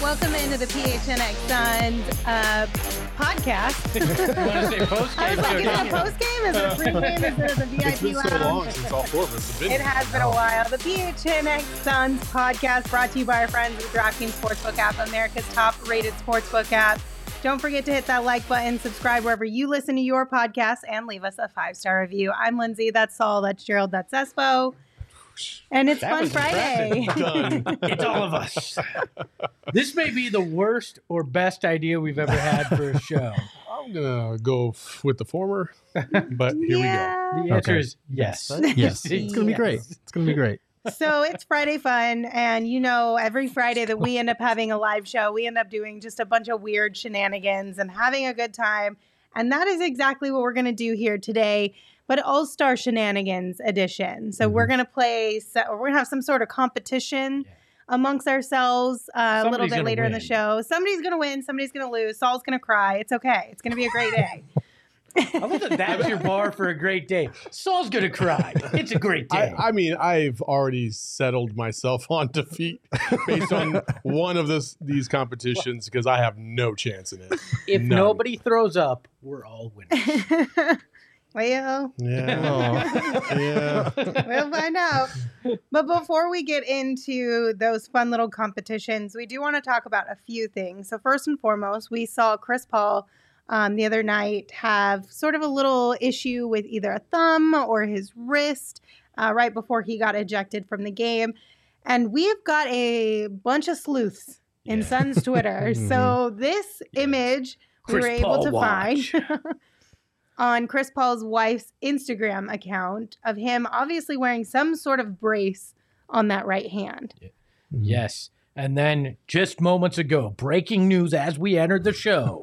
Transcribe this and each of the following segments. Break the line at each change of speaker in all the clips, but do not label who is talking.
Welcome into the PHNX Suns uh, podcast. I was like, is it a post game? Is it a pre game? Is it at the VIP
It's been so
lounge?
long since all four of us have been.
It has been a while. The PHNX Suns podcast brought to you by our friends at the DraftKings Sportsbook app, America's top rated sportsbook app. Don't forget to hit that like button, subscribe wherever you listen to your podcast, and leave us a five star review. I'm Lindsay. That's Saul. That's Gerald. That's Espo. And it's
That
Fun
was
Friday.
it's all of us. This may be the worst or best idea we've ever had for a show.
I'm gonna go f- with the former, but here
yeah.
The answer
Okay.
is yes.
Yes. It's going to be great. It's going to be great.
so it's Friday fun, and you know, every Friday that we end up having a live show, we end up doing just a bunch of weird shenanigans and having a good time. And that is exactly what we're going to do here today, but All Star Shenanigans edition. So we're going to play, so, or we're going to have some sort of competition
Mm-hmm. Yeah.
amongst ourselves uh, a little
Somebody's
bit
gonna
later in the
win.
show. Somebody's going to win, somebody's going to lose, Saul's going to cry. It's okay. It's going to be a great day.
I love that that's your bar for a great day. Saul's going to cry. It's a great
we
day.
go. I, I mean, I've already settled myself on defeat based on one of this, these competitions because I have no chance in it.
if
None.
nobody throws up, we're all winners.
well,
Oh.
Oh,
Yeah, yeah.
we'll find out. But before we get into those fun little competitions, we do want to talk about a few things. So, first and foremost, we saw Chris Paul um, the other night have sort of a little issue with either a thumb or his wrist uh, right before he got ejected from the game. And we've got a bunch of sleuths in
Yeah.
Sun's Twitter. So, this
Yes.
image we
Chris
were able
Paul
to
watch.
find on Chris Paul's wife's Instagram account of him obviously wearing some sort of brace on that right hand.
Mm-hmm.
Yes. And then just moments ago, breaking news as we entered the show,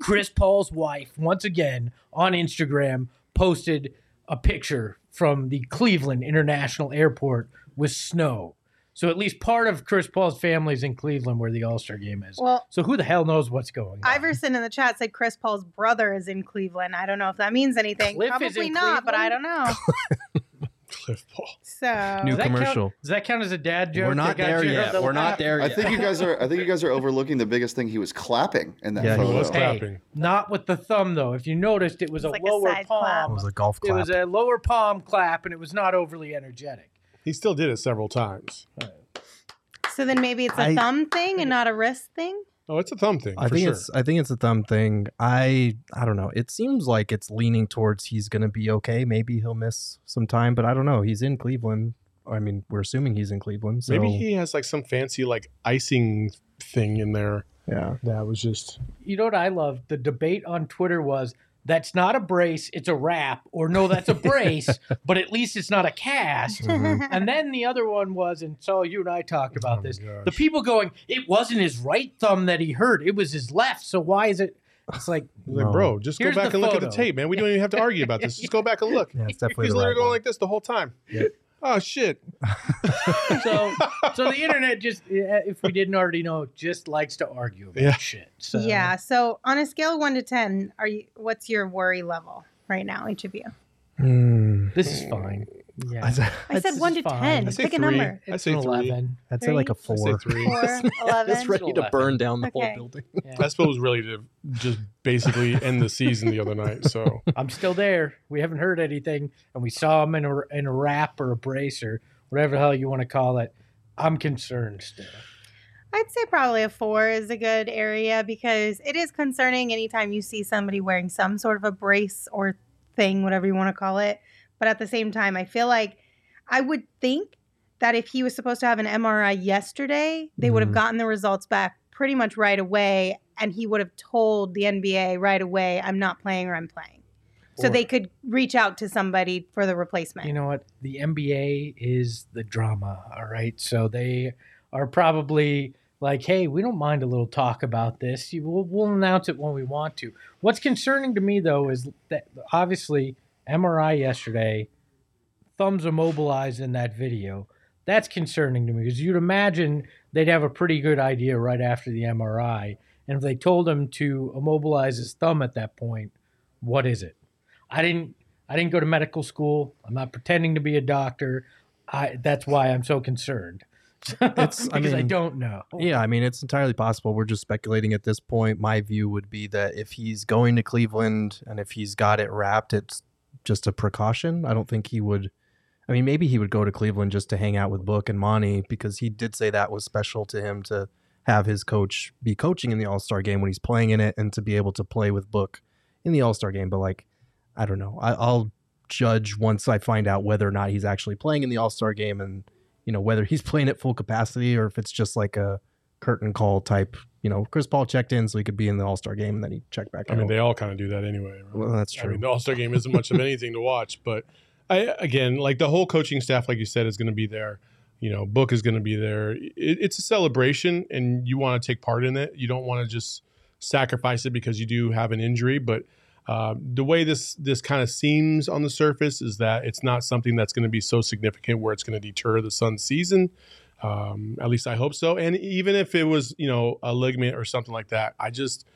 Chris Paul's wife, once again on Instagram, posted a picture from the Cleveland International Airport with snow. So at least part of Chris Paul's family's in Cleveland where the All Star game is.
Well,
so who the hell knows what's going on?
Iverson in the chat said Chris Paul's brother is in Cleveland. I don't know if that means anything.
Cliff is
Probably
in
not, but I don't
Cleveland?
know.
Cliff Paul.
So
New
Does that count-
commercial.
does that count as a dad joke?
We're
that
not
got
there
you
yet.
the
We're not
laugh?
there
I
yet.
think you guys are. I think you guys are overlooking the biggest thing. He was clapping in that
Oh, Yeah, he
photo.
was
Hey,
Clapping.
not with the thumb though. If you noticed, it was,
It's
a
like a
lower
side
palm.
clap.
it was a golf
It
clap.
was a lower palm clap, and it was not overly energetic.
He still did it several times.
so then maybe it's a
I-
thumb thing and not a wrist thing.
Oh, it's a thumb thing
I
for
think
sure.
it's I think it's a thumb thing. I I don't know. It seems like it's leaning towards he's going to be okay. Maybe he'll miss some time, but I don't know. He's in Cleveland. I mean, we're assuming he's in Cleveland. So
Maybe he has like some fancy like icing thing in there.
yeah.
That was just
You know what I love? The debate on Twitter was that's not a brace, it's a wrap, or no, that's a brace, but at least it's not a cast. And then the other one was, and so you and I talked about
Oh
this.
my gosh.
The people going, it wasn't his right thumb that he hurt; it was his left. So why is it? It's like
like,
No.
bro, just
Here's
go back
the
and look at the
photo.
tape, man. We don't even have to argue about this. Just go back and look.
Yeah, it's definitely
He's
the
literally
right
going
one.
like this the whole time.
Yep.
Oh shit.
so. So the internet just, eh, if we didn't already know, just likes to argue about
Yeah.
shit. So
Yeah. So on a scale of one to ten, are you what's your worry level right now, each of you?
Hmm.
this is fine. Yeah,
I'd,
I said
That's
one to
fine.
ten.
I say
Pick a
three.
number.
I
It's
say
an
three.
eleven.
I'd say like
I
a
say
four.
three.
Four,
It's
eleven.
ready to burn down the
Okay.
whole building.
Yeah.
That spell was really to just basically end the season the other night. So
I'm still there. We haven't heard anything, and we saw him in a in a wrap or a brace or whatever the hell you want to call it. I'm concerned still.
I'd say probably a four is a good area because it is concerning anytime you see somebody wearing some sort of a brace or thing, whatever you want to call it. But at the same time, I feel like I would think that if he was supposed to have an MRI yesterday, they would have
Mm-hmm.
Mhm.
gotten the results back pretty much right away. And he would have told the NBA right away, I'm not playing or I'm playing. so
Or-
they could reach out to somebody for the replacement.
You know what? The NBA is the drama, all right? So they are probably like, hey, we don't mind a little talk about this. You- We'll, we'll announce it when we want to. What's concerning to me, though, is that obviously MRI yesterday, thumbs immobilized in that video. That's concerning to me because you'd imagine they'd have a pretty good idea right after the MRI. And if they told him to immobilize his thumb at that point, what is it? I didn't I didn't go to medical school. I'm not pretending to be a doctor. I, that's why I'm so concerned. because I,
mean,
don't know.
Yeah, I mean, it's entirely possible. We're just speculating at this point. My view would be that if he's going to Cleveland and if he's got it wrapped, it's just a precaution. I don't think he would. I mean, maybe he would go to Cleveland just to hang out with Book and Monty because he did say that was special to him to have his coach be coaching in the All Star game when he's playing in it and to be able to play with Book in the All Star game. But, like, I don't know. I, I'll judge once I find out whether or not he's actually playing in the All Star game and you know whether he's playing at full capacity or if it's just like a curtain call type. You know, Chris Paul checked in so he could be in the All Star game, and then he checked back
I
out.
mean, they all kind of do that anyway. Right?
well, that's true.
I mean, the All Star game isn't much of anything to watch, but I again, like the whole coaching staff, like you said, is going to be there. You know, Book is going to be there. It, it's a celebration, and you want to take part in it. You don't want to just sacrifice it because you do have an injury. But uh, the way this this kind of seems on the surface is that it's not something that's going to be so significant where it's going to deter the Suns' season. Um, at least I hope so. And even if it was, you know, a ligament or something like that, I just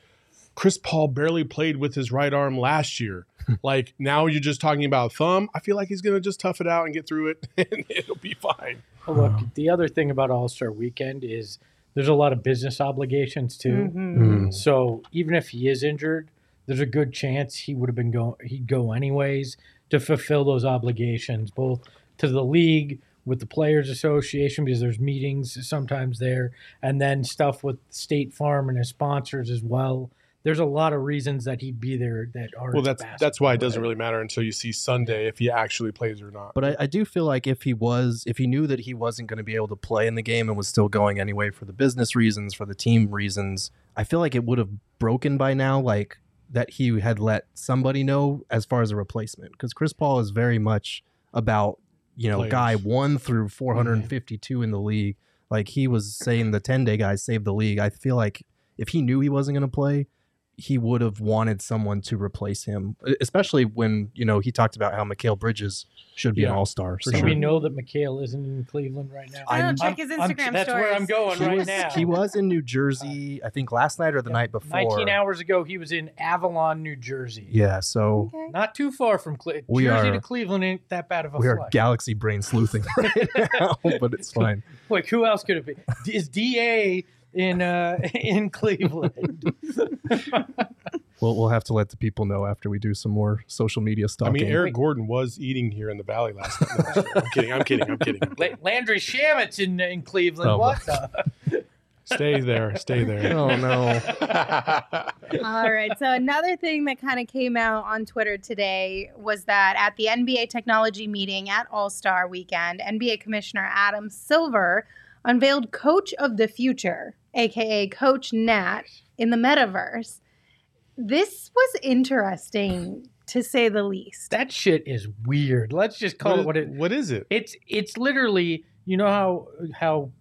Chris Paul barely played with his right arm last year. like now you're just talking about thumb. I feel like he's gonna just tough it out and get through it, and it'll be fine.
Well,
Uh-huh.
Look, the other thing about All Star Weekend is there's a lot of business obligations too.
Mhm.
Mm.
So even if he is injured, there's a good chance he would have been going. He'd go anyways to fulfill those obligations, both to the league with the players association because there's meetings sometimes there and then stuff with state farm and his sponsors as well there's a lot of reasons that he'd be there that are
Well, that's that's why it doesn't really matter until you see Sunday if he actually plays or not.
But I, I do feel like if he was, if he knew that he wasn't going to be able to play in the game and was still going anyway for the business reasons, for the team reasons, I feel like it would have broken by now, like that he had let somebody know as far as a replacement. Because Chris Paul is very much about, you know,
Players.
guy one through 452 in the league. Like he was saying the 10 day guys saved the league. I feel like if he knew he wasn't going to play, he would have wanted someone to replace him, e, especially when, you know, he talked about how Mikhail Bridges should be an
Yeah,
all star.
for
Do
sure.
we know that Mikhail isn't in Cleveland right now?
I
I'm-
don't check his
I'm-
Instagram
That's
stories.
where I'm going
He
right
was,
now.
he was in New Jersey, I think last night or the night before.
19 hours ago, he was in Avalon, New Jersey.
Yeah, so
Okay.
Not too far from Cle-
We
Jersey
are-
to Cleveland ain't that bad of a
we are
flight.
galaxy brain sleuthing right now, but it's fine.
like who else could it be? D- Is DA in uh in Cleveland?
We'll, we'll have to let the people know after we do some more social media
I
stalking.
mean, Eric Gordon was eating here in the Valley last night. No, I'm sorry. I'm kidding. I'm kidding. I'm kidding. I'm
La-
kidding.
Landry Shamit's in in Cleveland.
Oh,
what the?
Stay there. Stay there.
oh no.
All right. So another thing that kind of came out on Twitter today was that at the NBA technology meeting at All Star Weekend, NBA Commissioner Adam Silver unveiled Coach of the Future, aka Coach Nat, in the metaverse. This was interesting to say the least.
That shit is weird. Let's just call it what it
what is it?
It's it's literally you know how how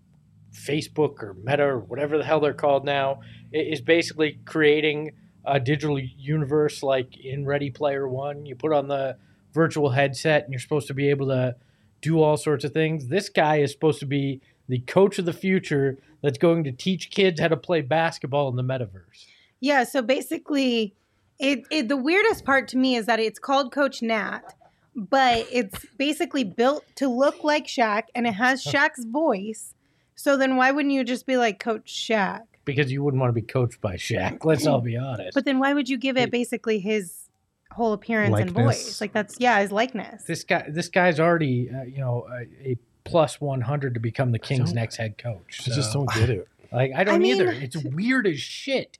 Facebook or Meta or whatever the hell they're called now i- is basically creating a digital universe like in Ready Player One. You put on the virtual headset and you're supposed to be able to do all sorts of things. This guy is supposed to be the coach of the future that's going to teach kids how to play basketball in the metaverse.
Yeah. So basically, it, it the weirdest part to me is that it's called Coach Nat, but it's basically built to look like Shaq, and it has Shaq's voice. So then, why wouldn't you just be like Coach Shaq?
Because you wouldn't want to be coached by Shaq. Let's all be honest.
But then, why would you give it basically his whole appearance and
Likeness.
voice? Like that's yeah, his likeness.
this guy this guy's already uh, you know a, a plus 100 to become the king's
don't-
next head coach
I just
So,
don't get it.
like i don't
mean-
either it's weird as shit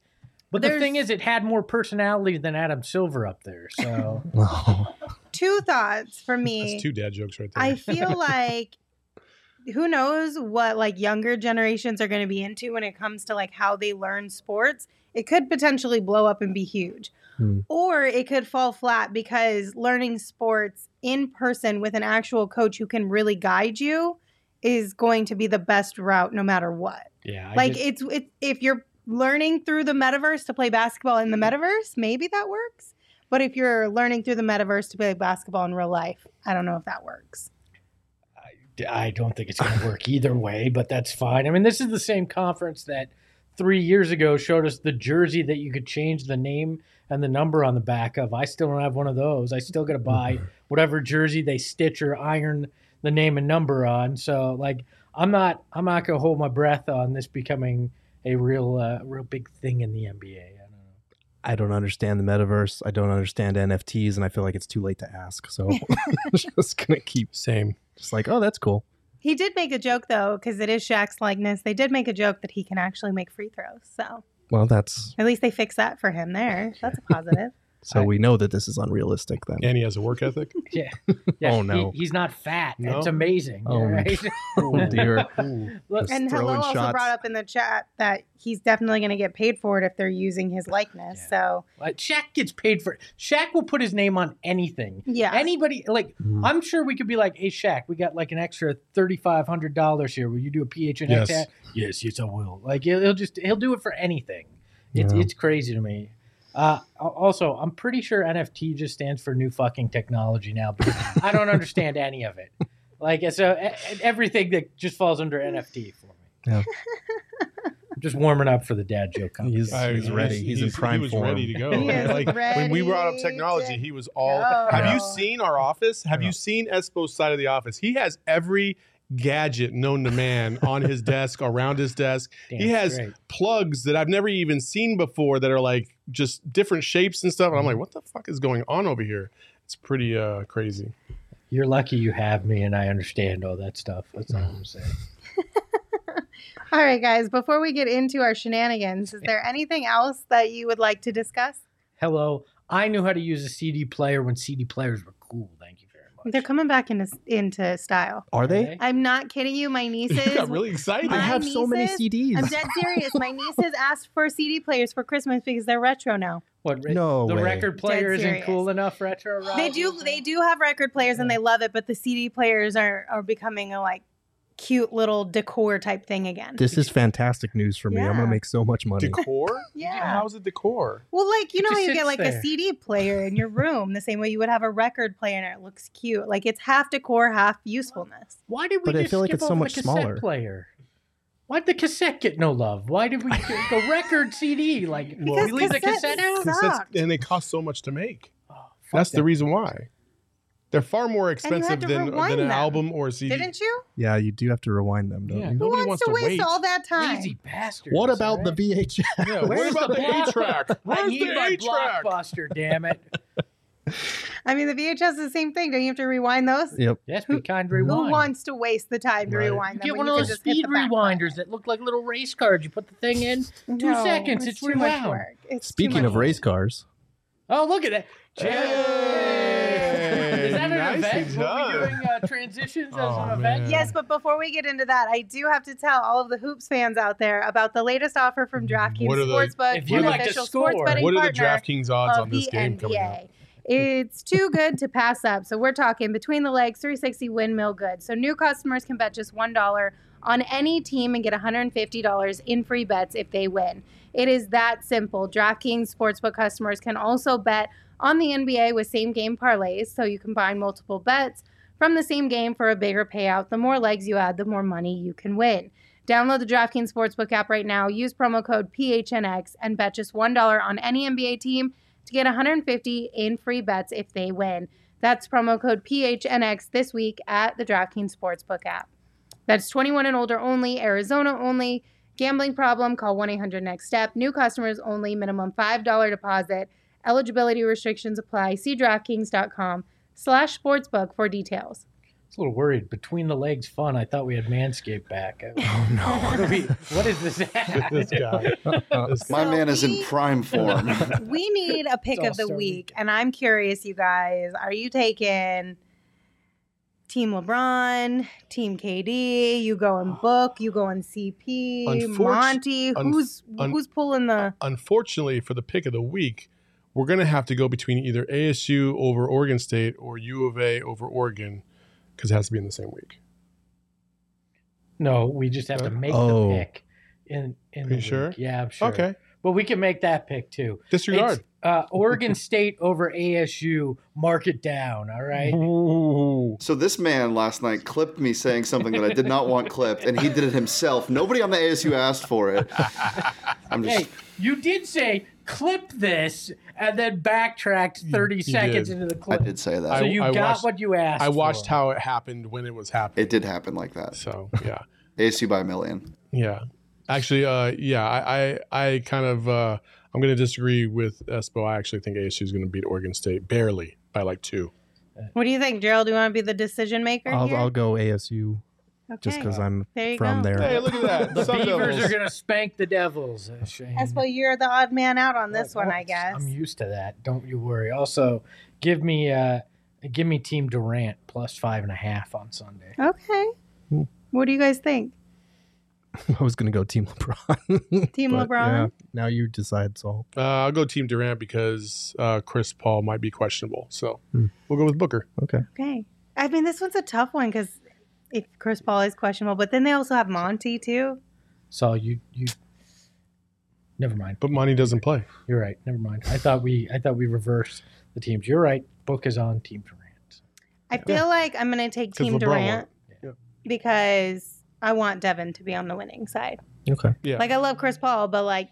but the
There's-
thing is it had more personality than adam silver up there so
Oh.
Two thoughts for me.
That's two dad jokes right there.
I feel like who knows what like younger generations are going to be into when it comes to like how they learn sports. It could potentially blow up and be huge.
Hmm.
Or it could fall flat because learning sports in person with an actual coach who can really guide you is going to be the best route no matter what.
yeah I
like
just-
it's it's if you're learning through the metaverse to play basketball in the
Hmm.
metaverse, maybe that works. But if you're learning through the metaverse to play basketball in real life, I don't know if that works.
I don't think it's going to work either way, but that's fine. I mean, this is the same conference that three years ago showed us the jersey that you could change the name and the number on the back of. I still don't have one of those. I still got to buy whatever jersey they stitch or iron the name and number on. So, like, I'm not I'm not gonna hold my breath on this becoming a real uh, real big thing in the NBA. I don't know.
I don't understand the metaverse. I don't understand NFTs, and I feel like it's too late to ask. So I'm just gonna keep
Same.
just like, oh, that's cool.
He did make a joke though, because it is Shaq's likeness. They did make a joke that he can actually make free throws. So
Well, that's
at least they fixed that for him there. That's a positive.
so
I-
we know that this is unrealistic then.
And he has a work ethic.
Yeah,
Oh,
he-
no.
he's not fat.
No?
It's amazing.
Oh,
right?
Oh dear.
Ooh.
Look,
Just
and hello
throwing
also
shots.
brought up in the chat that he's definitely going to get paid for it if they're using his likeness.
Yeah.
So
like, uh, Shaq gets paid for it. Shaq will put his name on anything.
yeah,
Anybody like
Mm.
I'm sure we could be like, hey Shaq, we got like an extra thirty five hundred dollars here. Will you do a PH and
Yes.
X? Yes, yes, I will. Like he'll he'll just he'll do it for anything. It's
Yeah.
it's crazy to me. Uh, al- also, I'm pretty sure NFT just stands for new fucking technology now. Because I don't understand any of it. Like so, e- everything that just falls under NFT for me.
Yeah.
I'm just warming up for the dad joke.
He's-
competition.
Oh, he's ready. He's in
He
prime
was
form.
ready to go.
He is
like when we brought up
ready
technology,
to
he was all.
go.
Have you seen our office? Have
Yeah.
you seen Espo's side of the office? He has every gadget known to man on his desk, around his desk.
Damn
He has-
straight.
Plugs that I've never even seen before that are like just different shapes and stuff. And I'm like, what the fuck is going on over here? It's pretty uh, crazy.
You're lucky you have me, and I understand all that stuff. That's all I'm saying.
All right, guys, before we get into our shenanigans, is there anything else that you would like to discuss?
Hello, I knew how to use a CD player when CD players were cool. Thank you very much.
They're coming back into into style.
Are they?
I'm not kidding you. My
I
nieces.
got really excited.
I
My
have so many
nieces-
CDs.
I'm dead serious. My nieces asked for CD players for Christmas because they're retro now.
What? re-
no
the
way.
record player isn't
serious.
cool enough retro. Rob?
They do they do have record players and they love it, but the CD players are are becoming a like cute little decor type thing again.
This is fantastic news for me. I'm
Yeah.
gonna make so much money.
Decor?
Yeah.
How's it decor?
Well, like you
It
know, how
just
you
sits
get like
there.
a CD player in your room, the same way you would have a record player, and it looks cute. Like it's half decor, half usefulness.
Why did we
But I
just
feel like
skip
it's so
over
much
the cassette
smaller.
player? Why'd the cassette get no love? Why did we get the record CD? Like
Because
we leave the
cassettes
cassette
suck.
out?
Cassettes-
Sucked.
and they cost so much to make.
Oh, fuck
That's
that.
the reason why. They're far more
had
expensive
to
than,
rewind
than an
them.
album or a CD.
Didn't you?
Yeah, you do have to rewind them, don't
Yeah.
you?
Who
Nobody
wants, to, waste
wait.
all that time?
lazy bastard.
What about the VHS?
Yeah, what
Where's
about
the
the A track?
I
Where's
need
the
my
A track?
blockbuster, damn it.
I mean, the VHS is the same thing. Don't you have to rewind those?
Yep.
Yes, be kind, rewind.
Who wants to waste the time to
Right.
rewind them?
Get
when
one
you
of
can
those
just hit
speed
the back
rewinders that look like little race cards. You put the thing in.
button?
Two seconds, it's
too much
rewound.
work. It's too
Speaking
much
of
work.
race cars,
Oh, look at that. Hey! Is that an
Nicely
event? Were we
done.
doing uh, transitions as
Oh,
an event?
man.
Yes, but before we get into that, I do have to tell all of the hoops fans out there about the latest offer from DraftKings
What are the-
Sportsbook,
If you'd
an
like to
official
score,
sports betting
What are the
partner
DraftKings odds
of
on this
the
game coming up?
NBA. It's too good to pass up. So we're talking between the legs, 360 windmill good. So new customers can bet just $1 on any team and get $150 in free bets if they win. It is that simple. DraftKings Sportsbook customers can also bet on the NBA with same game parlays. So you combine multiple bets from the same game for a bigger payout. The more legs you add, the more money you can win. Download the DraftKings Sportsbook app right now. Use promo code PHNX and bet just $1 on any NBA team to get 150 in free bets if they win. That's promo code PHNX this week at the DraftKings Sportsbook app. That's 21 and older only, Arizona only. Gambling problem, call 1 800 NEXT STEP. New customers only, minimum $5 deposit. Eligibility restrictions apply. See DraftKings.com slash sportsbook for details.
I was a little worried. Between the legs fun. I thought we had Manscaped back. I-
oh no,
we- what is this?
This guy. This
My
So
man is in
we-
prime form.
We need a pick
It's
of the
All-Star
week,
Week.
and I'm curious, you guys. Are you taking Team LeBron, Team KD? You going Book? You going CP?
Unfortu-
Monty?
un-
Who's
un-
who's pulling the?
Unfortunately, for the pick of the week, we're going to have to go between either ASU over Oregon State or U of A over Oregon because it has to be in the same week.
No, we just have to make
Oh.
the pick. In, in
Are
the
you sure?
week. Yeah, I'm sure.
Okay.
But we can make that pick too. It's,
Disregard.
uh, Oregon State over ASU. Mark it down. All right.
Ooh.
So this man last night clipped me saying something that I did not want clipped, and he did it himself. Nobody on the ASU asked for it. I'm just
Hey, you did say clip this and then backtracked
You-
30
you
seconds
did.
into the
I
clip.
did say that.
so you
I
got
watched-
what you asked.
I watched
for.
how it happened when it was happening.
It did happen like that.
So, yeah.
ASU by a million.
Yeah. Actually, uh, yeah, I, I, I kind of, uh, I'm going to disagree with Espo. I actually think ASU is going to beat Oregon State barely by like two.
What do you think, Gerald? Do you want to be the decision maker
I'll,
here?
I'll go ASU
okay.
just because I'm
there you
from
go.
there.
Hey, look at that.
The
Sun
Beavers
Devils.
are going to spank the Devils. Uh, Shane.
Espo, you're the odd man out on this
Well,
one, I guess.
I'm used to that. Don't you worry. Also, give me uh, give me Team Durant plus five and a half on Sunday.
Okay.
Hmm.
What do you guys think?
I was gonna go Team LeBron.
Team
But,
LeBron?
now you decide, Saul.
Uh, I'll go Team Durant because uh, Chris Paul might be questionable. So
Hmm.
we'll go with Booker.
Okay. I mean, this one's a tough one because if Chris Paul is questionable, but then they also have Monty too.
So you you. Never mind.
But Monty doesn't play.
You're right. Never mind. I thought we I thought we reversed the teams. You're right. Book is on Team Durant.
I feel like I'm going to take
'Cause
Team
LeBron
Durant
won't. Yeah.
because I want Devin to be on the winning side.
Okay.
Yeah.
Like I love Chris Paul, but like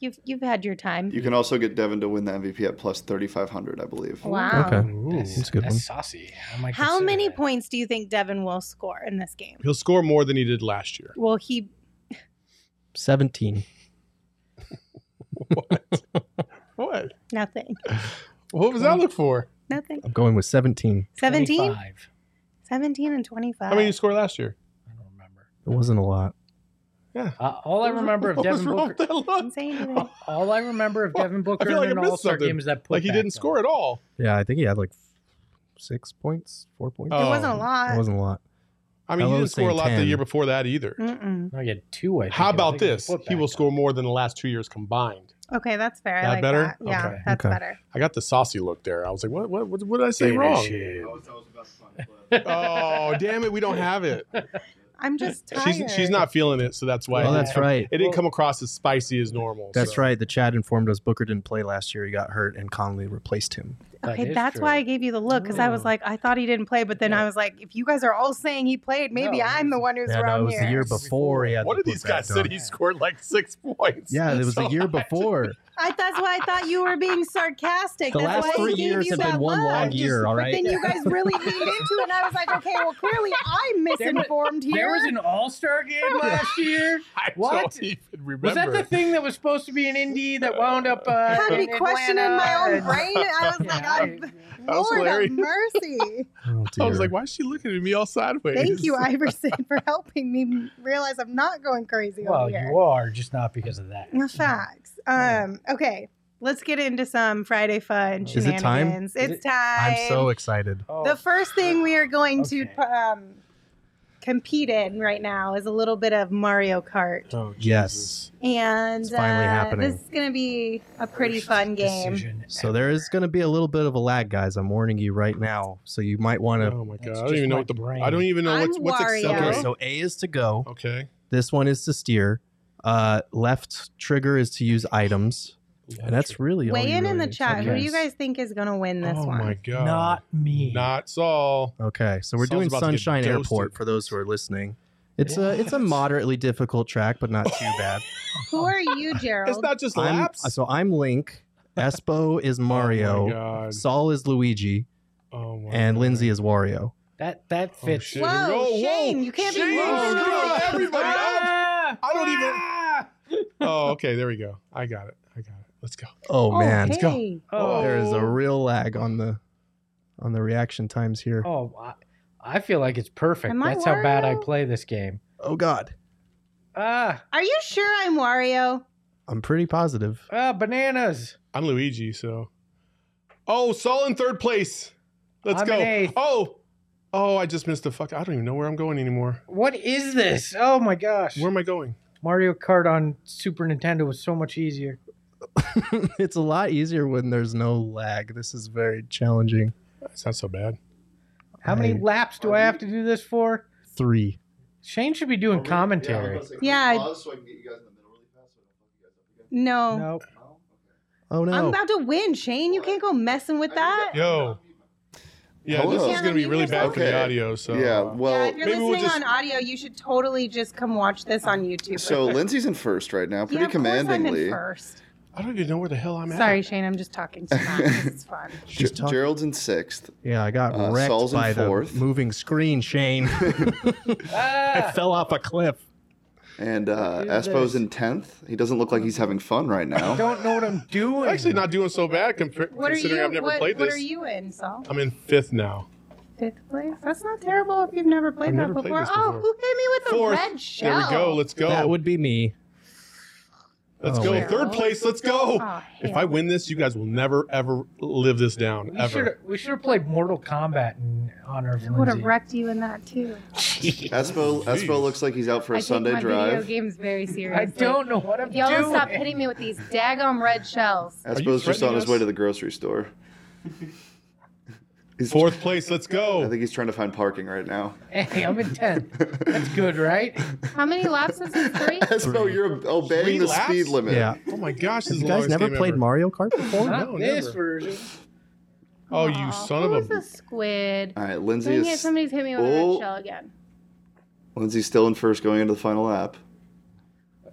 you've you've had your time.
You can also get Devin to win the MVP at plus 3,500, I believe.
Wow.
Okay.
Ooh.
That's a good
that's
one.
saucy. I might
How
consider
many
that.
points do you think Devin will score in this game?
He'll score more than he did last year.
Will he
Seventeen.
What?
nothing?
What was that look for?
Nothing.
I'm going with seventeen.
17?
25.
17 and 25.
How many did he score last year?
I don't remember.
It wasn't a lot.
Uh, all I remember of
What was
Devin
wrong
Booker.
with that look?
Didn't say anything.
all- All I remember of Devin Booker
feel like I
in an
missed
All Star
something.
game is that put
Like he didn't score at all.
Yeah, I think he had like six points, four points.
Oh.
It wasn't a lot.
It wasn't a lot.
I mean,
Hello,
he didn't score a
saying
lot the
10.
year before that either.
Hmm.
Mm-mm.
No, he had two. I think.
How
I
about
think it was a
this? He
putback,
will score
though.
more than the last two years combined.
Okay, that's fair.
That
I like
better?
that. Yeah,
Okay.
that's
Okay.
better.
I got the saucy look there. I was like, what? What? What, what did I say wrong? Oh, damn it! We don't have it.
I'm just tired.
She's she's not feeling it, so that's why.
Well,
it,
Oh, that's right.
It didn't come across as spicy as normal.
That's
so.
right. The chat informed us Booker didn't play last year. He got hurt, and Conley replaced him.
That
Okay,
is
that's
true.
why I gave you the look because I was
Oh.
like, I thought he didn't play, but then
Yeah.
I was like, if you guys are all saying he played, maybe
No,
I'm the one who's
Yeah, no,
wrong
it was
here.
the year before he had.
One
the
of these
putback
guys said
done.
he scored like six points.
Yeah, it was
So
the year
I-
before.
I, that's why I thought you were being sarcastic.
The
that's
last
why I
three
gave
years
you
have
that
been one
look.
long year. All
But
right.
then you guys really leaned into it, and I was like, okay, well, clearly I'm
There was-
misinformed here.
There was an All Star game last year.
I
What?
don't even remember.
Was that the thing that was supposed to be in Indy that wound up? Uh,
had me
in
questioning
Atlanta?
my own brain. and I was like,
Yeah, I-
I'm,
was
Lord
hilarious.
of mercy.
Oh,
I was
dear.
like, why is she looking at me all sideways?
Thank you, Iverson, for helping me realize I'm not going crazy
Well,
over here.
you are just not because of that.
No facts. Um, okay, let's get into some Friday fun
Is it time?
shenanigans.
Is
It's time.
I'm so excited.
Oh,
The first thing we are going
Okay.
to um, compete in right now is a little bit of Mario Kart,
Oh,
Yes.
and
Oh. It's finally
uh,
happening.
this is going to be a pretty fun game.
decision
So there is going to be a little bit of a lag, guys. I'm warning you right now. So you might want to.
Oh my god!
That's
I don't
just
even know
my
what the
brain.
I don't e- even know
I'm
what's what's
Wario.
accelerating.
Okay, so A is to go.
okay.
This one is to steer. Uh, left trigger is to use items, and that's really all
Weigh
you
in in
really
the
need.
chat. Who do
Okay.
you guys think is going to win this
Oh
one?
my god!
Not me.
uh, not Saul.
Okay, so we're
Saul's
doing
about to get
Sunshine
ghosted.
Airport for those who are listening. It's a it's a
What?
moderately difficult track, but not too bad.
Who are you, Gerald?
It's not just
I'm,
laps.
so I'm Link, Espo is
Oh my
Mario,
god!
Saul is Luigi,
Oh my
and
god.
Lindsay is Wario.
That that
Oh,
fits.
shit.
Whoa,
Here we go.
Shane, you can't be
Shane,
moving
no,
around.
everybody up.
Ah!
I don't even-
Ah!
Oh, okay. There we go. I got it. I got it. Let's go.
Oh, man,
hey.
Oh,
there is a real lag on the on the reaction times here. Oh,
oh, I, I feel like it's perfect.
Am I
That's how bad I
Wario?
play this game.
Oh, God,
Ah,
Are you sure I'm Wario?
I'm pretty positive.
ah, bananas.
I'm Luigi. So, oh, Saul in third place. Let's
I'm
go.
in eighth.
Oh, oh, I just missed the fuck. I don't even know where I'm going anymore.
What is this? Oh my gosh.
Where am I going?
Mario Kart on Super Nintendo was so much easier.
it's a lot easier when there's no lag. This is very challenging.
It's not so bad.
How many
Right.
laps do I have to do this for?
Three.
Shane should be doing commentary.
Yeah.
so I can get you guys in the middle really fast so I don't
No.
Nope.
Oh
I'm
no.
about to win, Shane. You can't go messing with that.
Yo. Yeah,
Hello.
this is gonna be really bad for
Okay.
the audio. So uh,
yeah,
yeah,
well,
if you're
maybe we'll
listening
just-
on audio, you should totally just come watch this on YouTube.
so Lindsay's in first right now,
Yeah,
pretty
of course I'm in
commandingly.
first.
I don't even know where the hell I'm
Sorry,
at.
Shane. I'm just talking so fast. it's fun.
She's talking.
Gerald's in sixth.
Yeah, I got
Uh,
wrecked
Saul's in
by the
fourth.
moving screen, Shane. I
Ah,
fell off a cliff.
And uh,
Look at
Espo's
this.
in tenth. He doesn't look like he's having fun right
I
now.
don't know what I'm doing.
I'm actually not doing so bad compa-
What are
considering
you?
I've never
what,
played
what
this.
are you in, Saul?
I'm in fifth now.
Fifth place. That's not terrible if you've never played
I've
that
never played
before.
this
Oh,
before.
who hit me with the
Fourth.
red shell?
There we go. Let's go.
That would be me.
Let's
Oh,
go.
wait.
Third place. Let's go.
Oh,
if
hell.
I win this, you guys will never ever live this down
We should
ever.
we should have played Mortal Kombat in honor of
I would have
Lindsay.
wrecked you in that too.
Espo, Espo looks like he's out for a
I
Sunday
take my video
drive.
games very
I
seriously.
don't know what I'm
Y'all
doing.
don't stop hitting me with these daggum red shells.
Are you
Espo's just on
threatening
his way
us?
to the grocery store. He's-
Fourth place. Let's
I
go.
think he's trying to find parking right now.
Hey, I'm in 10. That's good, right?
How many laps is it? Three?
Espo, you're obeying
Three
the
laps?
speed limit.
Yeah.
Oh my gosh! This
Have
is
you
the
guys
longest
never
game
played
ever.
Mario Kart before?
Not
no,
this
never.
version.
Oh, you
Aw,
son of
who's
a!
the squid?
All right, Lindsay
Dang it,
is
somebody's hit me with a
Oh.
red shell again.
Lindsay's still in first going into the final lap.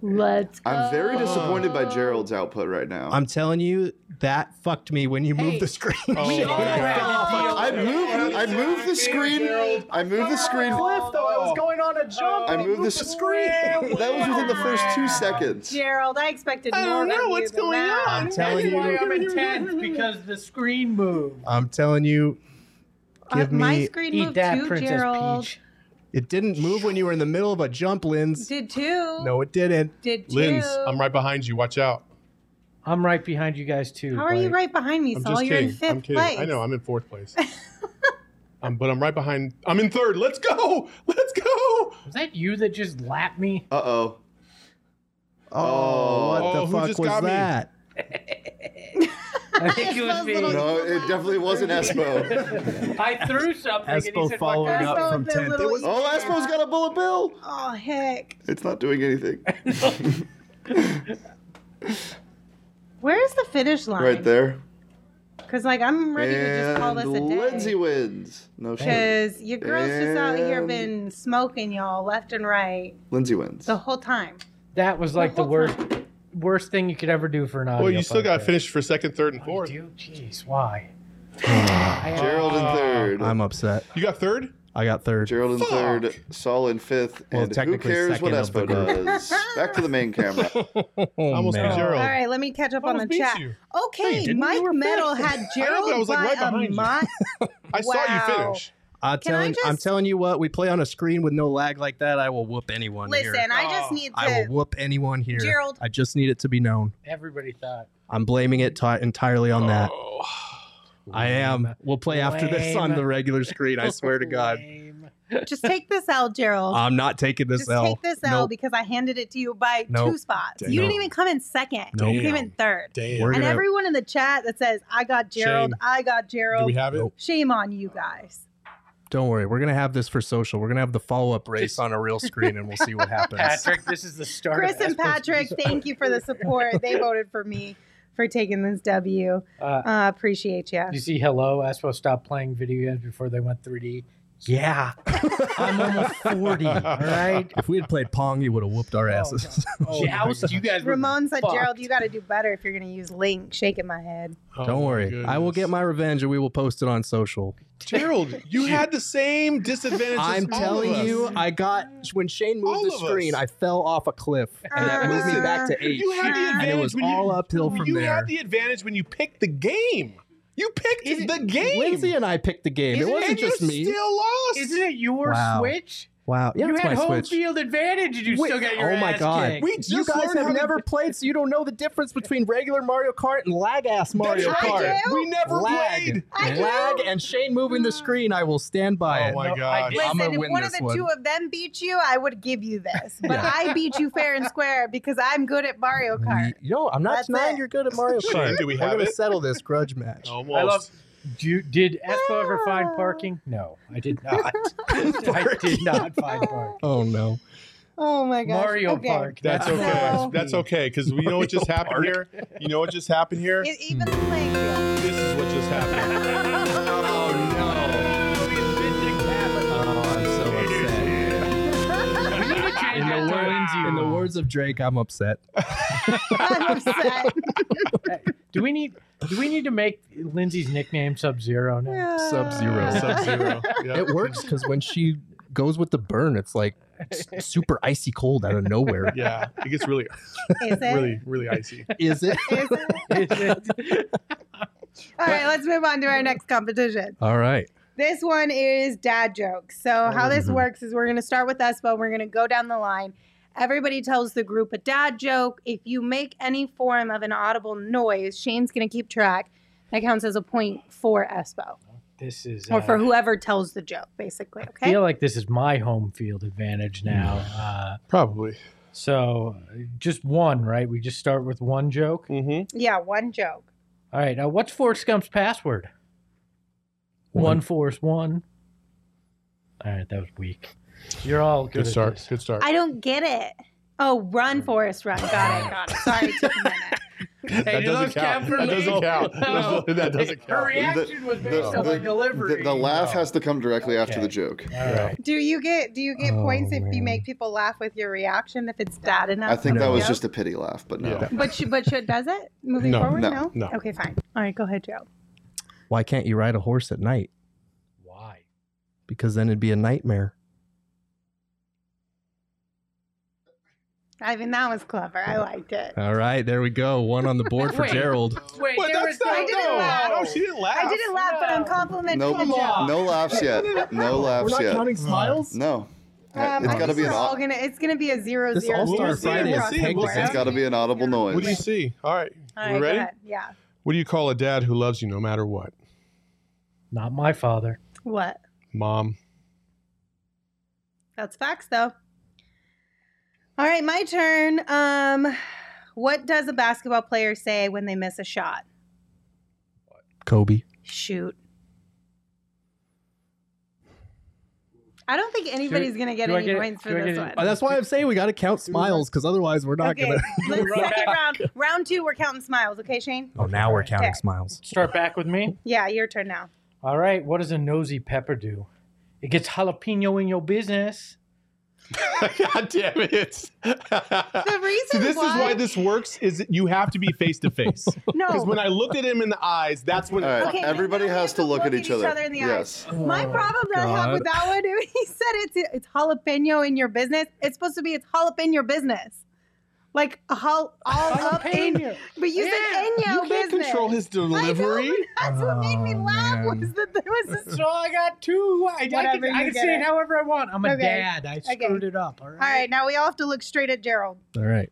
Let's go.
I'm very disappointed by Gerald's output right now.
I'm telling you, that fucked me when you
Hey.
moved the screen.
Oh, my
Shane.
God.
I moved. I moved the screen. I moved the screen.
though. I was going on a jump.
I moved the screen. That was within the first two seconds.
Gerald, I expected
I
more
don't know
from
what's
you than
going
that.
on.
I'm telling
That's why
you.
I'm in 10th, because the screen moved.
I'm telling you. Give
Uh, my
me-
screen
Eat
moved
that,
too,
Princess
Gerald.
Peach.
It didn't move when you were in the middle of a jump, Linz.
Did two.
No, it didn't.
Did 2
Linz, I'm right behind you. Watch out.
I'm right behind you guys, too.
How are you
but-
right behind me,
I'm
Saul?
just
You're
kidding.
in fifth
I'm kidding.
place.
I know. I'm in fourth place. um, but I'm right behind. I'm in third. Let's go. Let's go.
Was that you that just lapped me?
Uh oh.
Oh, what
Oh, who
the fuck
just
was
got me?
that?
I think it was
Those
me.
little-
No, it definitely wasn't Espo.
I threw something and he
Espo
said,
followed
"Fuck
Espo
up from
with the
10th. It
little
was
Oh, Espo's got a bullet bill.
Oh heck!
It's not doing anything.
Where's the finish line?
Right there.
Because like I'm ready to just call
And
this a day.
Lindsay wins. No shit.
Because your girls just out here
And-
been smoking y'all left and right
Lindsay wins.
the whole time.
That was like the worst worst thing you could ever do for an audio.
Well, you still got to
podcast.
finish for second, third, and
Oh,
fourth.
you do? Jeez, why? I- uh,
Gerald in third.
I'm upset.
You got third?
I got third.
Gerald in
Fuck.
third, Saul in fifth,
Well,
and who
technically
cares what
second of the
Espo
group.
does? Back to the main camera.
Oh,
Almost
man.
beat Gerald.
All right, let me catch up on
Almost
the
beat
chat.
you.
Okay,
didn't.
Mike
You were
Metal had Gerald
I was, like,
by
right behind
a
you.
mile.
I saw you
Wow.
finish.
I'm
Can I
telling, I'm
just-
telling you what, we play on a screen with no lag like that. I will whoop anyone here.
Listen, I just
Oh,
need
I will
to.
whoop anyone here.
Gerald.
I just need it to be known.
Everybody thought.
I'm blaming it ti entirely on that.
Oh.
I am. We'll play after this on the
Lame.
regular screen. I swear to God.
Lame.
Just take this out, Gerald.
I'm not taking this
just
L.
take this out
Nope.
because I handed it to you by
Nope.
two spots.
Damn.
You didn't even come in second.
Nope.
You came in third.
Damn.
We're
And
gonna-
everyone in the chat that says, I got Gerald,
Shame.
I got
Do we
Gerald,
have it?
Nope.
shame on you guys.
Don't worry. We're going to have this for social. We're going to have the follow up race
Just-
on a real screen and we'll see what happens.
Patrick, this is the start.
Chris
of
and
Espo's
Patrick,
episode.
thank you for the support. They voted for me for taking this W.
Uh,
Uh, appreciate you.
do you see, hello, Espo stopped playing video games before they went 3D. Yeah, I'm almost 40. All right.
If we had played Pong, you would have whooped our asses.
Oh, Joust, you guys. were
Ramon said,
fucked.
Gerald, you got to do better if you're going to use Link. Shaking my head.
Oh,
Don't
my
worry. I will
goodness.
get my revenge and we will post it on social.
Gerald, you had the same disadvantage.
I'm
as all of
telling
us.
you, I got when Shane moved
All
the
of us.
screen, I fell off a cliff and that moved me
Listen,
back to eight.
You had the
and
advantage
it was
when
all
you,
uphill from
you
there.
had the advantage when you picked the game. You picked
Is it-
the game.
Lindsay and I picked the game. It
Isn't it
wasn't
and
just
you
me.
still lost.
Isn't it your
Wow.
Switch?
Wow. Yeah,
you
it's
had
my
home
Switch.
field advantage and you
Wait,
still got your
oh my
ass
god!
kicked.
We
you
just
guys
learned
have
how to-
never played, so you don't know the difference between regular Mario Kart and lag ass Mario
right,
Kart.
I do.
We never
Lag,
played.
I do.
lag, and Shane moving the screen. I will stand by
Uh, Oh
it.
my
No, I
god.
did-
I'm
Listen,
gonna
if
win
one of
this
the
one.
two of them beat you, I would give you this. But
Yeah.
I beat you fair and square because I'm good at Mario Kart.
Yo, I'm not
That's
denying
it.
you're good at Mario
Shane,
Kart.
do we
We're
have
gonna
it? Oh.
settle this grudge match.
Almost.
I love- Do, did Espo ever find parking? No, I did not. I did not find parking.
Oh no!
Oh my gosh.
Mario
okay.
Park.
That's
So-
okay. That's okay because we know what just happened
Park.
here. You know what just happened here.
It E, even playing field.
this is what just happened.
Oh no! Oh, I'm so upset. In the, wor- in the words of Drake, I'm upset.
I'm upset.
Do we need do we need to make Lindsay's nickname Sub Zero now?
Sub-Zero.
Sub-Zero. Yeah.
It works because when she goes with the burn, it's like s- super icy cold out of nowhere.
Yeah, it gets really,
Is it?
really, really icy.
Is it?
Is it? All right, let's move on to our next competition.
All right.
This one is dad jokes.
Oh,
So, how this
mm-hmm.
Mhm.
works is we're going to start with us, but we're going to go down the line. Everybody tells the group a dad joke. If you make any form of an audible noise, Shane's going to keep track. That counts as a point for Espo
this is
or for
uh,
whoever tells the joke, basically.
I
Okay.
feel like this is my home field advantage
Hmm.
now. Uh,
Probably.
so uh, just one, right? We just start with one joke.
Mm-hmm.
Yeah, one joke.
All right. Uh, what's Forrest Gump's password?
One.
One Forrest One. All right, that was weak. You're all good.
Good
at
start.
this.
Good start.
I don't get it. Oh,
Mm.
run, Forrest, run. Got it. Got it. Sorry, it took a minute.
Hey,
That
do
doesn't
those count
count.
for
That doesn't
me?
count.
No.
That doesn't
Her
count.
reaction was
The,
based on my
the,
delivery.
the laugh has to come directly after
Okay.
the joke.
All right.
Do you get do you get
Oh,
points if you
man.
make people laugh with your reaction if it's bad enough?
I think
of a
that was
joke?
just a pity laugh, but no.
Yeah.
But she, but she, does it moving
No,
forward?
no,
no.
Okay, fine. All right, go ahead, Joe.
Why can't you ride a horse at night?
Why?
Because then it'd be a nightmare.
I mean, that was clever. I liked it.
All right, there we go. One on the board for
Wait.
Gerald.
Wait,
But
there was
that's
I
not.
didn't laugh.
No, no, she didn't laugh.
I didn't laugh, but I'm complimenting
Nope.
the joke.
No laughs yet. No laughs yet.
smiles.
No.
Um,
it's
I
got to
think
be an
we're all
au-
gonna, it's gonna be a zero
This
zero.
All
zero,
Star
zero
Friday is
across the
pegged
board.
it's got to be an audible noise.
What do you see? All right.
All
you
right, go
ready?
ahead. Yeah.
What do you call a dad who loves you no matter what?
Not my father.
What?
Mom.
That's facts, though. All right, my turn. Um, what does a basketball player say when they miss a shot?
Kobe.
Shoot. I don't think anybody's gonna get
do I
any
get it?
points for
Do I
this
get it?
one.
Oh, that's why I'm saying we got to count smiles because otherwise we're not
okay,
gonna.
let's
We're
second
back.
round. Round two, we're counting smiles. Okay, Shane.
Oh, now we're counting
Okay.
smiles.
Start back with me.
Yeah, your turn now.
All right, what does a nosy pepper do? It gets jalapeno in your business.
God damn it.
The reason
So this
why,
is why this works is that you have to be face to face. Because
no.
when I looked at him in the eyes, that's when
All right.
Okay, but
Everybody
now we have
has to
to
look,
look
at each other.
in the
yes.
my
Oh,
problem that I have with that one, he said it's it's jalapeno in your business. It's supposed to be it's jalapeno in your business, like a jal, all up in.
Jalapeno.
But you
Yeah,
said in
you
your
can't
business.
control his
I know,
delivery.
but that's what made me
Oh,
laugh
man.
was that there was this.
So I got two. I, I
Whatever,
can, I
you
can
get
say
it.
it however I want. I'm a
Okay.
dad. I screwed it up. All right.
All right, now we all have to look straight at Gerald.
All right.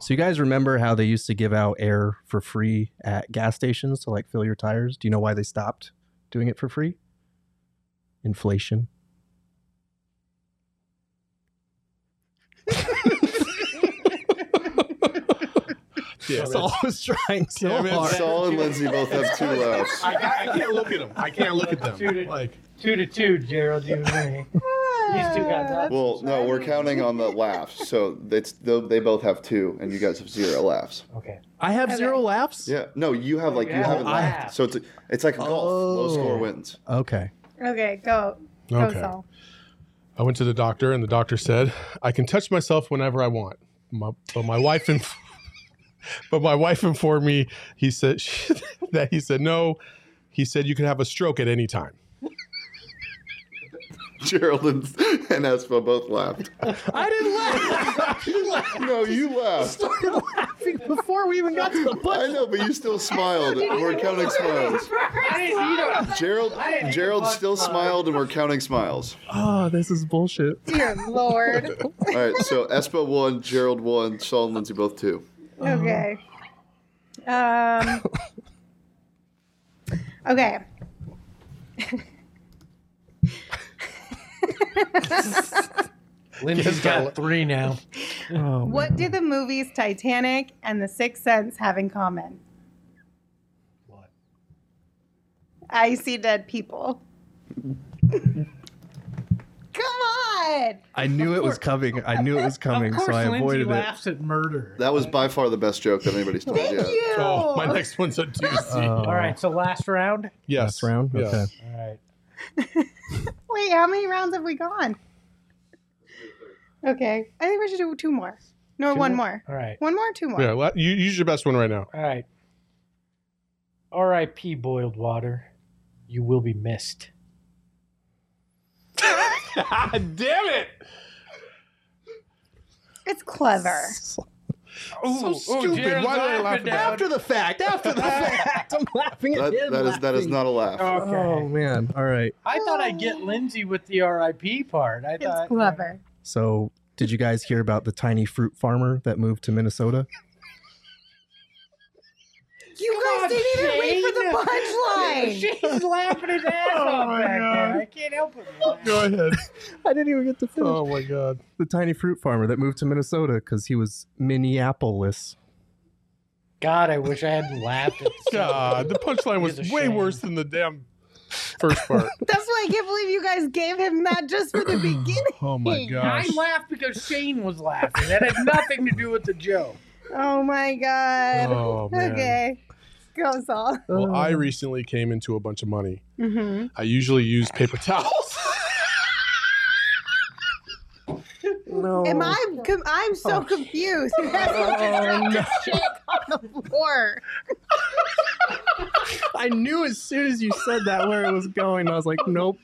So you guys remember how they used to give out air for free at gas stations to like fill your tires? Do you know why they stopped doing it for free? Inflation.
Damn
That's all I was trying so
Damn it.
hard.
Saul and Lindsay both have two laughs.
I, I can't look at him. I can't look at them. Like
Two to two, Gerald, you and me. These two got that.
Well, no, we're counting on the laughs. So it's they they both have two, and you guys have zero laughs.
Okay.
I have zero laughs.
Yeah. No, you have like you
Yeah.
haven't
Oh, I
laughed.
have.
So it's it's like golf. Low
Oh.
score wins.
Okay.
Okay, go. Go,
okay.
Saul.
I went to the doctor, and the doctor said I can touch myself whenever I want. My, but my wife inf- but my wife informed me. He said that he said no. He said you can have a stroke at any time.
Gerald and, and Espa both laughed.
I didn't laugh.
No, you laughed.
started laughing before we even got to the
I know, but you still smiled. We're counting smiles.
I didn't, you know,
Gerald
didn't eat
Gerald
the
still
popcorn.
smiled, and we're counting smiles.
Oh, this is bullshit.
Dear Lord.
All right. So Espa one, Gerald one, Saul and Lindsay both two.
Okay. Um. okay.
Lindsay's got three now.
Oh,
What do the movies Titanic and The Sixth Sense have in common?
What?
I see dead people. Come on.
I knew it was coming. I knew it was coming,
of course,
so I
Lindsay
avoided it.
laughs at murder.
That was by far the best joke that anybody's told
Thank
yet.
you.
Oh, my next one's a doozy.
Oh.
All right, so last round.
yes.
Last round?
Yes.
Okay.
All right.
Wait, how many rounds have we gone? Okay. I think we should do two more. No,
Two
one more.
All right.
One more, two more.
Yeah, la- you, use your best one right now.
All right. R.I.P. Boiled Water. You will be missed.
Damn it!
It's clever.
so stupid. Why did I laugh at that?
After the fact, after the fact, I'm laughing at
That,
him.
that is that is
laughing.
not a laugh.
Okay.
Oh man! All right.
I thought I'd get Lindsay with the R.I.P. part. I
It's
thought
clever.
So, did you guys hear about the tiny fruit farmer that moved to Minnesota?
You
Come
guys
on,
didn't even wait for
Shane.
the punchline.
She's laughing his ass
Oh
off
my
back
God.
there. I can't help it. man.
Go ahead.
I didn't even get to finish.
Oh my god.
The tiny fruit farmer that moved to Minnesota because he was Minneapolis.
God, I wish I hadn't laughed at the
God, the punchline was
It's a
way
shame.
worse than the damn first part.
That's why I can't believe you guys gave him that just for the beginning.
Oh my
I
gosh.
laughed because Shane was laughing. That had nothing to do with the joke.
Oh my god.
Oh man.
okay. Go, Saul.
Well, I recently came into a bunch of money.
Mm-hmm.
I usually use paper towels.
no.
Am I? Com- I'm so confused. You guys are just shit on the floor.
I knew as soon as you said that where it was going. I was like, nope.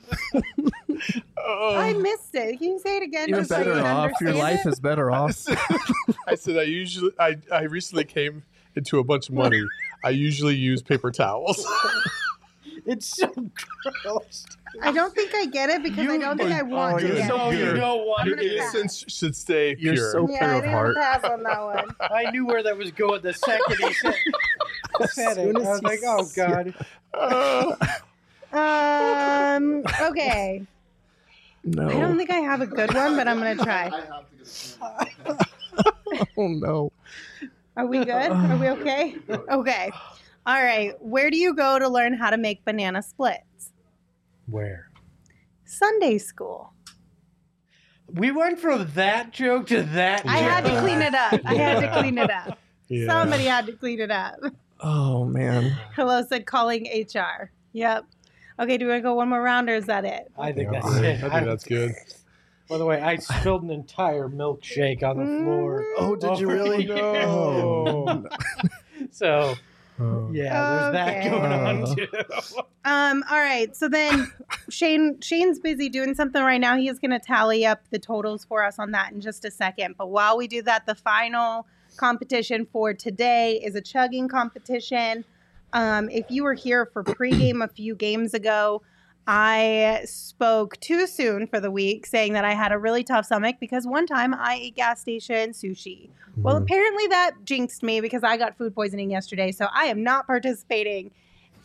Oh.
I missed it. Can you say it again?
You're
just so I
better
can
off. Your
understand
life
it?
is better
I
off.
said, I said I usually I, I recently came into a bunch of money. I usually use paper towels.
It's so gross.
I don't think I get it because I don't think I want to
you're
get
so
Oh,
it.
good.
don't want
Your
gonna pass.
innocence should stay
You're
pure.
so-
Yeah,
pure
I
of
didn't
heart.
pass on that one.
I knew where that was going the second he said, said it. I
soon as
was
he
like, oh
said-
god.
Oh.
Um. Okay. I don't
No.
think I have a good one, but I'm gonna try.
Oh, no.
Are we good? Are we okay? Okay. All right. Where do you go to learn how to make banana splits?
Where?
Sunday school.
We went from that joke to that.
I had to
joke.
clean it up. I had to
Yeah.
clean it up.
Yeah.
Somebody had to clean it up.
Oh, man.
Hello said calling HR. Yep. Okay, do we go one more round or is that it?
I think
Yeah,
that's
I
it.
think
I-
that's good.
by the way, I spilled an entire milkshake on the
Mm.
floor.
Oh,
did you really?
No.
So yeah,
Okay.
there's that going on
Uh-huh.
too.
Oh.
Um, all right. So then Shane Shane's busy doing something right now. He is gonna tally up the totals for us on that in just a second. But while we do that, the final competition for today is a chugging competition. Um, if you were here for pregame a few games ago, I spoke too soon for the week, saying that I had a really tough stomach because one time I ate gas station sushi. Well,
Mm-hmm.
Hmm.
apparently that jinxed me because I got food poisoning yesterday, so I am not participating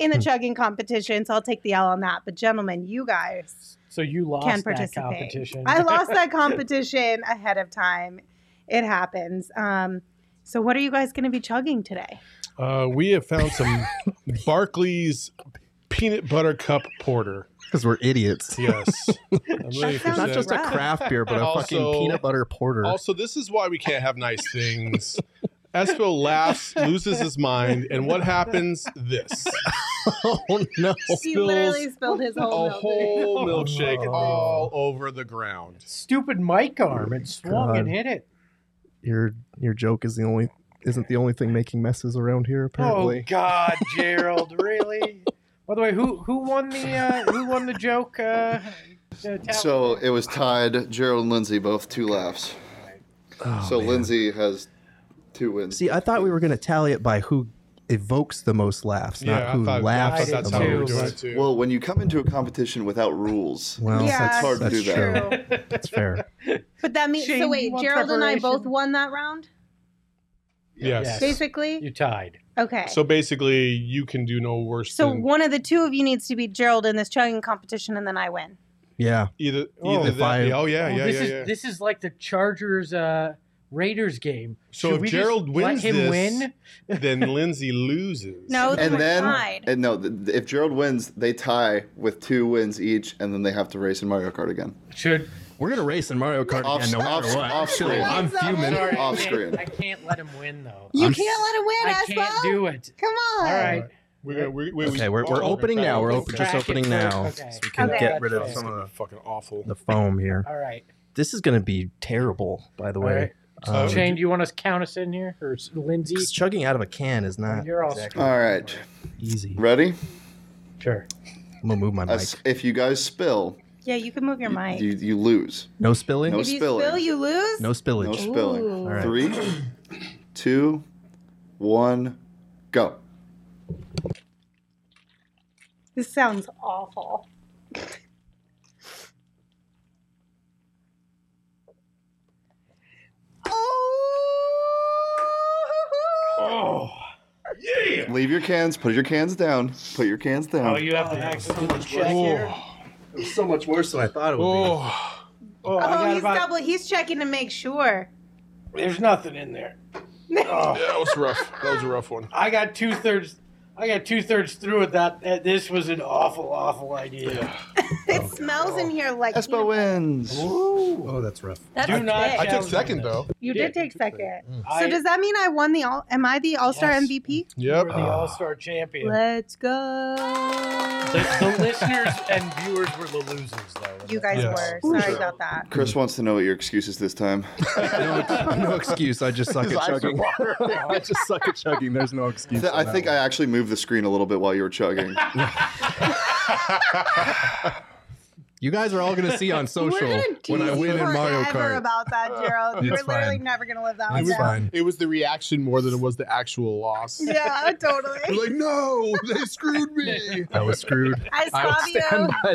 in
Hmm.
the chugging competition. So I'll take the L on that. But gentlemen, you guys
So you lost
can
that
participate.
competition.
I lost that competition ahead of time. It happens. Um, so what are you guys going to be chugging today?
Uh, we have found some Barclays peanut butter cup porter.
Because we're idiots.
Yes. I'm ready for
sounds
Not
that.
just a
Right.
craft beer, but a fucking
Also-
peanut butter porter.
Also, this is why we can't have nice things. Espel laughs, loses his mind, and what happens? This.
Oh, no.
He
Spills
literally spilled his
A
whole milk.
whole
Oh,
milkshake
no.
all over the ground.
Stupid mic arm. It swung and
God.
hit it.
Your your joke is the only isn't the only thing making messes around here
Oh
apparently.
God, Gerald, really? By the way, who who won the uh, who won the joke? Uh, the talent?
So it was tied. Gerald and Lindsay both two laughs.
Oh,
so
man.
Lindsay has two wins.
See, I thought we were going to tally it by who evokes the most laughs,
Yeah,
not
I
who
thought, I
laughs
thought that's
the
how we were
most.
doing
most.
it too.
Well, when you come into a competition without rules,
Well,
Yeah,
that's,
it's
hard to
that's
do that.
true.
True.
That's fair.
But that means
Shane,
so.
you
Wait,
want
Gerald and I both
preparation?
won that round,
yes.
Yes.
basically.
you tied.
Okay.
So basically, you can do no worse
So
than
one of the two of you needs to beat Gerald in this chugging competition, and then I win.
Yeah.
either. either
Oh,
that,
if I-
oh yeah,
Well,
yeah,
this
yeah,
is
yeah.
this is like the Chargers uh, Raiders game.
So
Should
if
we just
Gerald wins
let him
this-
win.
then Lindsay loses.
No, it's
and then
tied.
and no, th- th- if Gerald wins, they tie with two wins each, and then they have to race in Mario Kart again.
Should
We're going to race in Mario Kart
Off-
again no matter
off-
what.
off screen.
I'm fuming.
Sorry.
I
Off
can't-
screen.
I can't let him win though.
You
I'm s-
can't
I
let it win,
can't
Espo.
do it.
Come on.
All right.
We're gonna, we're, we
Okay, we're, we're opening now. We're open, just
Crack it
opening
first.
now.
Okay.
So we can
Okay.
get rid of
That's
some of
fucking awful.
the, the foam here.
All right.
This is going to be terrible, by the
All
way.
right.
Uh,
Um,
Shane, do you want to count us in here or s- Lindsay?
'cause chugging out of a can is not
You're all
exactly
All right,
easy.
ready?
Sure.
I'm gonna move my
I
mic.
s- if you guys spill,
Yeah, you can move your mic.
you, you lose.
No spilling.
No
if you
spilling.
spill, you lose.
No
No
spillage.
spilling.
Ooh.
All right.
Three, two, one, go.
This sounds awful. oh!
Oh,
Leave your cans. Put your cans down. Put your cans
Oh,
down.
Oh, you have to actually check here.
Oh,
It was so much worse than I thought it
oh.
Oh, I
Oh,
got
he's
about-
double. He's checking to make sure.
There's nothing in there.
Yeah, that was rough. That was a rough one.
I got two thirds. I got two thirds through with that. and This was an awful, awful idea.
It smells in here like
Espo
peanut butter.
wins.
be. Oh, that's rough.
That's
Do not
thick.
I took
challenge
second
this.
though.
You
Yeah,
did take second.
I,
so does that mean I won the all? Am I the All Star
Yes.
MVP?
you
Yep.
were the All Star champion.
Let's
The,
go.
the listeners and viewers were the losers, though.
You guys
Yes.
were. Sorry about that.
Chris wants to know what your excuse is this time.
No, no excuse. I just suck
His
at
eyes are
chugging. I just suck at chugging. There's no excuse.
I think I actually moved the screen a little bit while you were chugging.
You guys are all gonna see on social
We're
when I win in Mario Kart.
about that, Gerald.
It's
We're literally
fine.
never gonna live that
It's
one down.
fine.
It was the reaction more than it was the actual loss.
Yeah, totally.
You're like, no, they screwed me.
I was screwed.
As
I will stand
Fabio.
by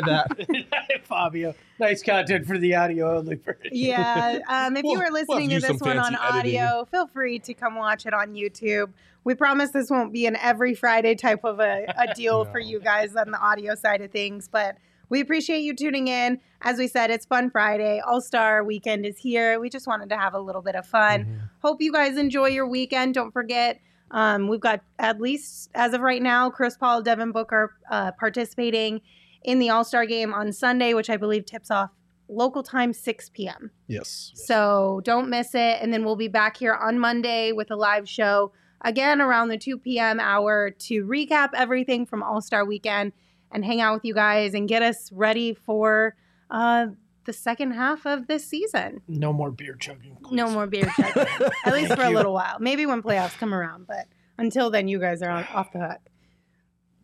that.
Fabio, nice content for the audio only version.
Yeah. Um, if
We'll-
you were
we'll have
listening
to do
to this
some
one on
fancy editing.
audio, feel free to come watch it on YouTube. We promise this won't be an every Friday type of a, a deal for
No.
you guys on the audio side of things, but we appreciate you tuning in. As we said, it's Fun Friday. All Star Weekend is here. We just wanted to have a little bit of fun. Hope you guys enjoy your weekend. Don't forget, um, we've got at least as of right now, Chris Paul, Devin Booker uh, participating in the All Star game on Sunday, which I believe tips off local time 6 p.m.
Yes.
So don't miss it. And then we'll be back here on Monday with a live show again around the 2 p.m. hour to recap everything from All Star Weekend and hang out with you guys and get us ready for uh, the second half of this season.
No more beer chugging. please.
No more beer check. At least for a little while. Maybe when playoffs come around. But until then, you guys are on, off the hook.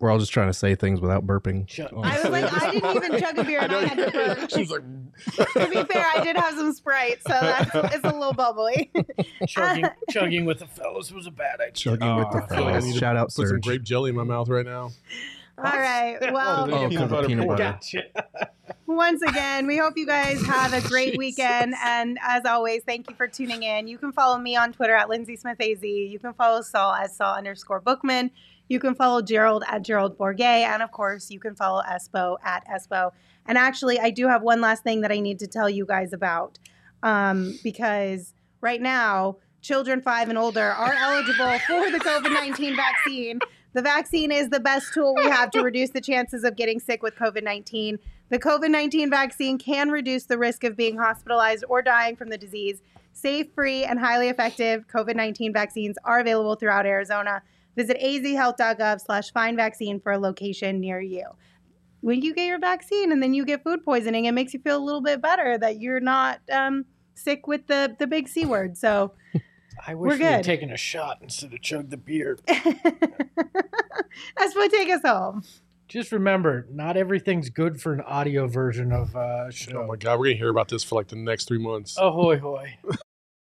We're all just trying to say things without burping.
Shut-
Oh.
I was like, I didn't even chug a beer and I, had to burp.
She was like,
to be fair, I did have some Sprite, so that's, it's a little bubbly.
chugging, chugging with the fellas was a bad idea.
Chugging with the
Oh, I feel like I
fellas.
need to
Shout out
put some
Serge.
grape jelly in my mouth right
All
now.
right.
Oh,
Well,
there
Oh,
Peanut
because of
butter
peanut
pork.
butter.
Gotcha.
Once again, we hope you guys have a great weekend. And as always, thank you for tuning in. You can follow me on Twitter at Lindsay Smith AZ. You can follow Saul as Saul underscore Bookman. You can follow Gerald at Gerald Bourget. And of course, you can follow Espo at Espo. And actually, I do have one last thing that I need to tell you guys about um, because right now, children five and older are eligible for the COVID 19 vaccine. The vaccine is the best tool we have to reduce the chances of getting sick with COVID 19. The COVID 19 vaccine can reduce the risk of being hospitalized or dying from the disease. Safe, free, and highly effective COVID 19 vaccines are available throughout Arizona. Visit azhealth.gov slash find vaccine for a location near you. When you get your vaccine and then you get food poisoning, it makes you feel a little bit better that you're not um, sick with the, the big C word. So,
I
We're
wish we had
good.
taken a shot instead of chug the beer.
that's what take us home.
Just remember, not everything's good for an audio version of uh,
Oh my
show.
god, we're gonna hear about this for like the next three months.
Ahoy hoy.